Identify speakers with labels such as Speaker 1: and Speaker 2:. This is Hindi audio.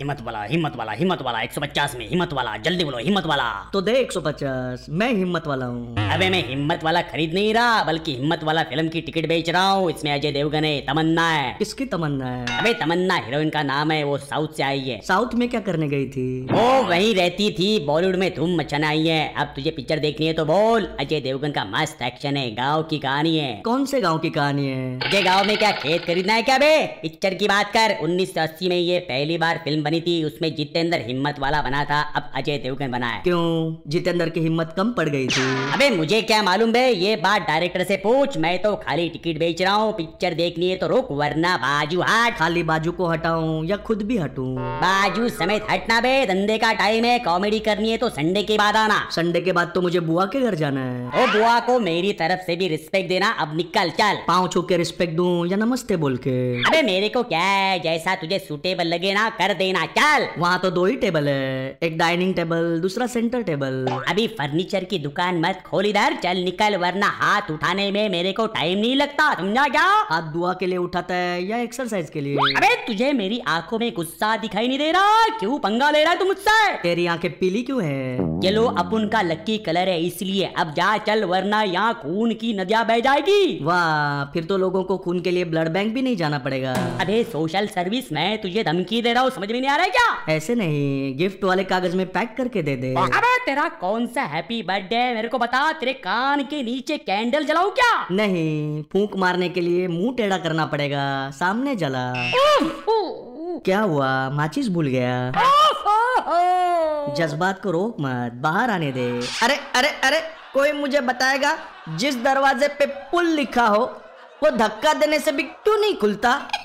Speaker 1: हिम्मत वाला हिम्मत वाला हिम्मत वाला 150 में हिम्मत वाला जल्दी बोलो हिम्मत वाला
Speaker 2: तो दे 150 मैं हिम्मत वाला हूँ
Speaker 1: अबे मैं हिम्मत वाला खरीद नहीं रहा बल्कि हिम्मत वाला फिल्म की टिकट बेच रहा हूँ इसमें अजय देवगन है तमन्ना है
Speaker 2: किसकी तमन्ना है
Speaker 1: अबे तमन्ना हीरोइन का नाम है वो साउथ से आई है
Speaker 2: साउथ में क्या करने गई थी
Speaker 1: वो वहीं रहती थी बॉलीवुड में धूम मचन आई है अब तुझे पिक्चर देखनी है तो बोल अजय देवगन का मस्त एक्शन है गांव की कहानी है
Speaker 2: कौन से गांव की कहानी है
Speaker 1: अजय गांव में क्या खेत खरीदना है क्या बे पिक्चर की बात कर 1980 में ये पहली बार फिल्म बनी थी उसमें जितेंद्र हिम्मत वाला बना था अब अजय देवगन बना है
Speaker 2: क्यों जितेंद्र की हिम्मत कम पड़ गई थी
Speaker 1: अबे मुझे क्या मालूम बे ये बात डायरेक्टर से पूछ मैं तो खाली टिकट बेच रहा हूँ पिक्चर देखनी है तो रुक वरना बाजू हाट
Speaker 2: खाली बाजू को हटाऊं या खुद भी हटूं
Speaker 1: बाजू समेत हटना बे धंधे का टाइम है कॉमेडी करनी है तो संडे के बाद आना
Speaker 2: संडे के बाद तो मुझे बुआ के घर जाना है
Speaker 1: ओ बुआ को मेरी तरफ से भी रिस्पेक्ट देना अब निकल चल
Speaker 2: पाँव छू के रिस्पेक्ट दूं या नमस्ते बोल के
Speaker 1: अबे मेरे को क्या है जैसा तुझे सूटेबल लगे ना कर देना चल
Speaker 2: वहाँ तो दो ही टेबल है एक डाइनिंग टेबल दूसरा सेंटर टेबल
Speaker 1: अभी फर्नीचर की दुकान मत खोल इधर चल निकल वरना हाथ उठाने में मेरे को टाइम नहीं लगता समझा क्या
Speaker 2: हाथ दुआ के लिए उठाता है या एक्सरसाइज के लिए
Speaker 1: अबे तुझे मेरी आंखों में गुस्सा दिखाई नहीं दे रहा क्यों पंगा ले रहा है तू मुझसे
Speaker 2: तेरी आंखें पीली क्यों है
Speaker 1: चलो अपन का लक्की कलर है इसलिए अब जा चल वरना यहाँ खून की नदियाँ बह जाएगी
Speaker 2: वाह फिर तो लोगों को खून के लिए ब्लड बैंक भी नहीं जाना पड़ेगा
Speaker 1: अबे सोशल सर्विस मैं तुझे धमकी दे रहा हूँ समझ में नहीं आ रहा है क्या
Speaker 2: ऐसे नहीं गिफ्ट वाले कागज में पैक करके दे दे
Speaker 1: अबे तेरा कौन सा हैप्पी बर्थडे है मेरे को बता तेरे कान के नीचे कैंडल जलाऊं क्या
Speaker 2: नहीं फूंक मारने के लिए मुंह टेढ़ा करना पड़ेगा सामने जला क्या हुआ माचिस भूल गया जज्बात को रोक मत बाहर आने दे अरे अरे अरे कोई मुझे बताएगा जिस दरवाजे पे पुल लिखा हो वो धक्का देने से भी क्यों नहीं खुलता